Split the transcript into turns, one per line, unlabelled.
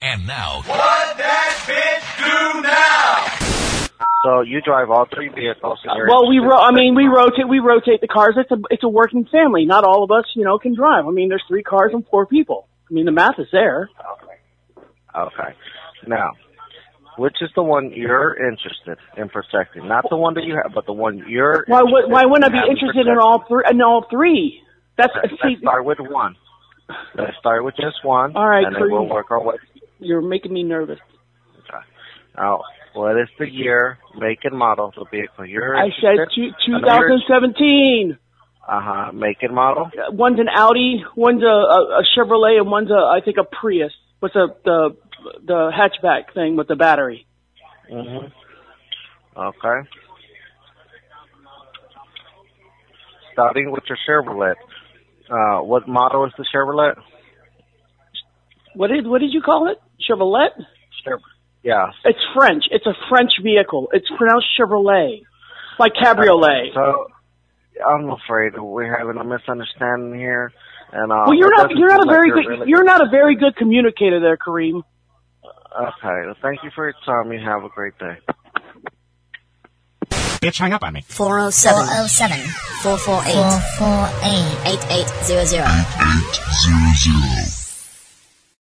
And now,
What that bitch do now?
So you drive all three vehicles. and you're-
Well, we ro- I mean we rotate we rotate the cars. It's a it's a working family. Not all of us, you know, can drive. I mean, there's three cars and four people. I mean, the math is there.
Okay. Now, which is the one you're interested in protecting? Not the one that you have, but the one you're.
Why would
interested
why wouldn't I
in
be
having
interested in
protected.
all three in all three? That's
Let's,
see,
let's start with one. Let's start with just one.
All right,
and then we'll
Cleveland.
work our way.
you're making me nervous.
Now, what is the year, make, and model of the vehicle you're
I
interested?
said two, 2017.
Uh huh. Make and model.
Uh, One's an Audi, one's a, a, a Chevrolet, and one's a I think a Prius. What's the the the hatchback thing with the battery?
Mhm.
Mm-hmm.
Okay. Starting with your Chevrolet. Uh, what model is the Chevrolet?
What did what did you call it? Chevrolet?
Chevrolet. Yeah.
It's French. It's a French vehicle. It's pronounced Chevrolet, like cabriolet.
So I'm afraid we're having a misunderstanding here. And uh,
Well, you're
it
not
doesn't
you're not
seem
a
like
very
you're
good
really-
you're not a very good communicator there, Kareem.
Okay. Well, thank you for your time. You have a great day.
Bitch, hang up on me.
407 407 448 448 8800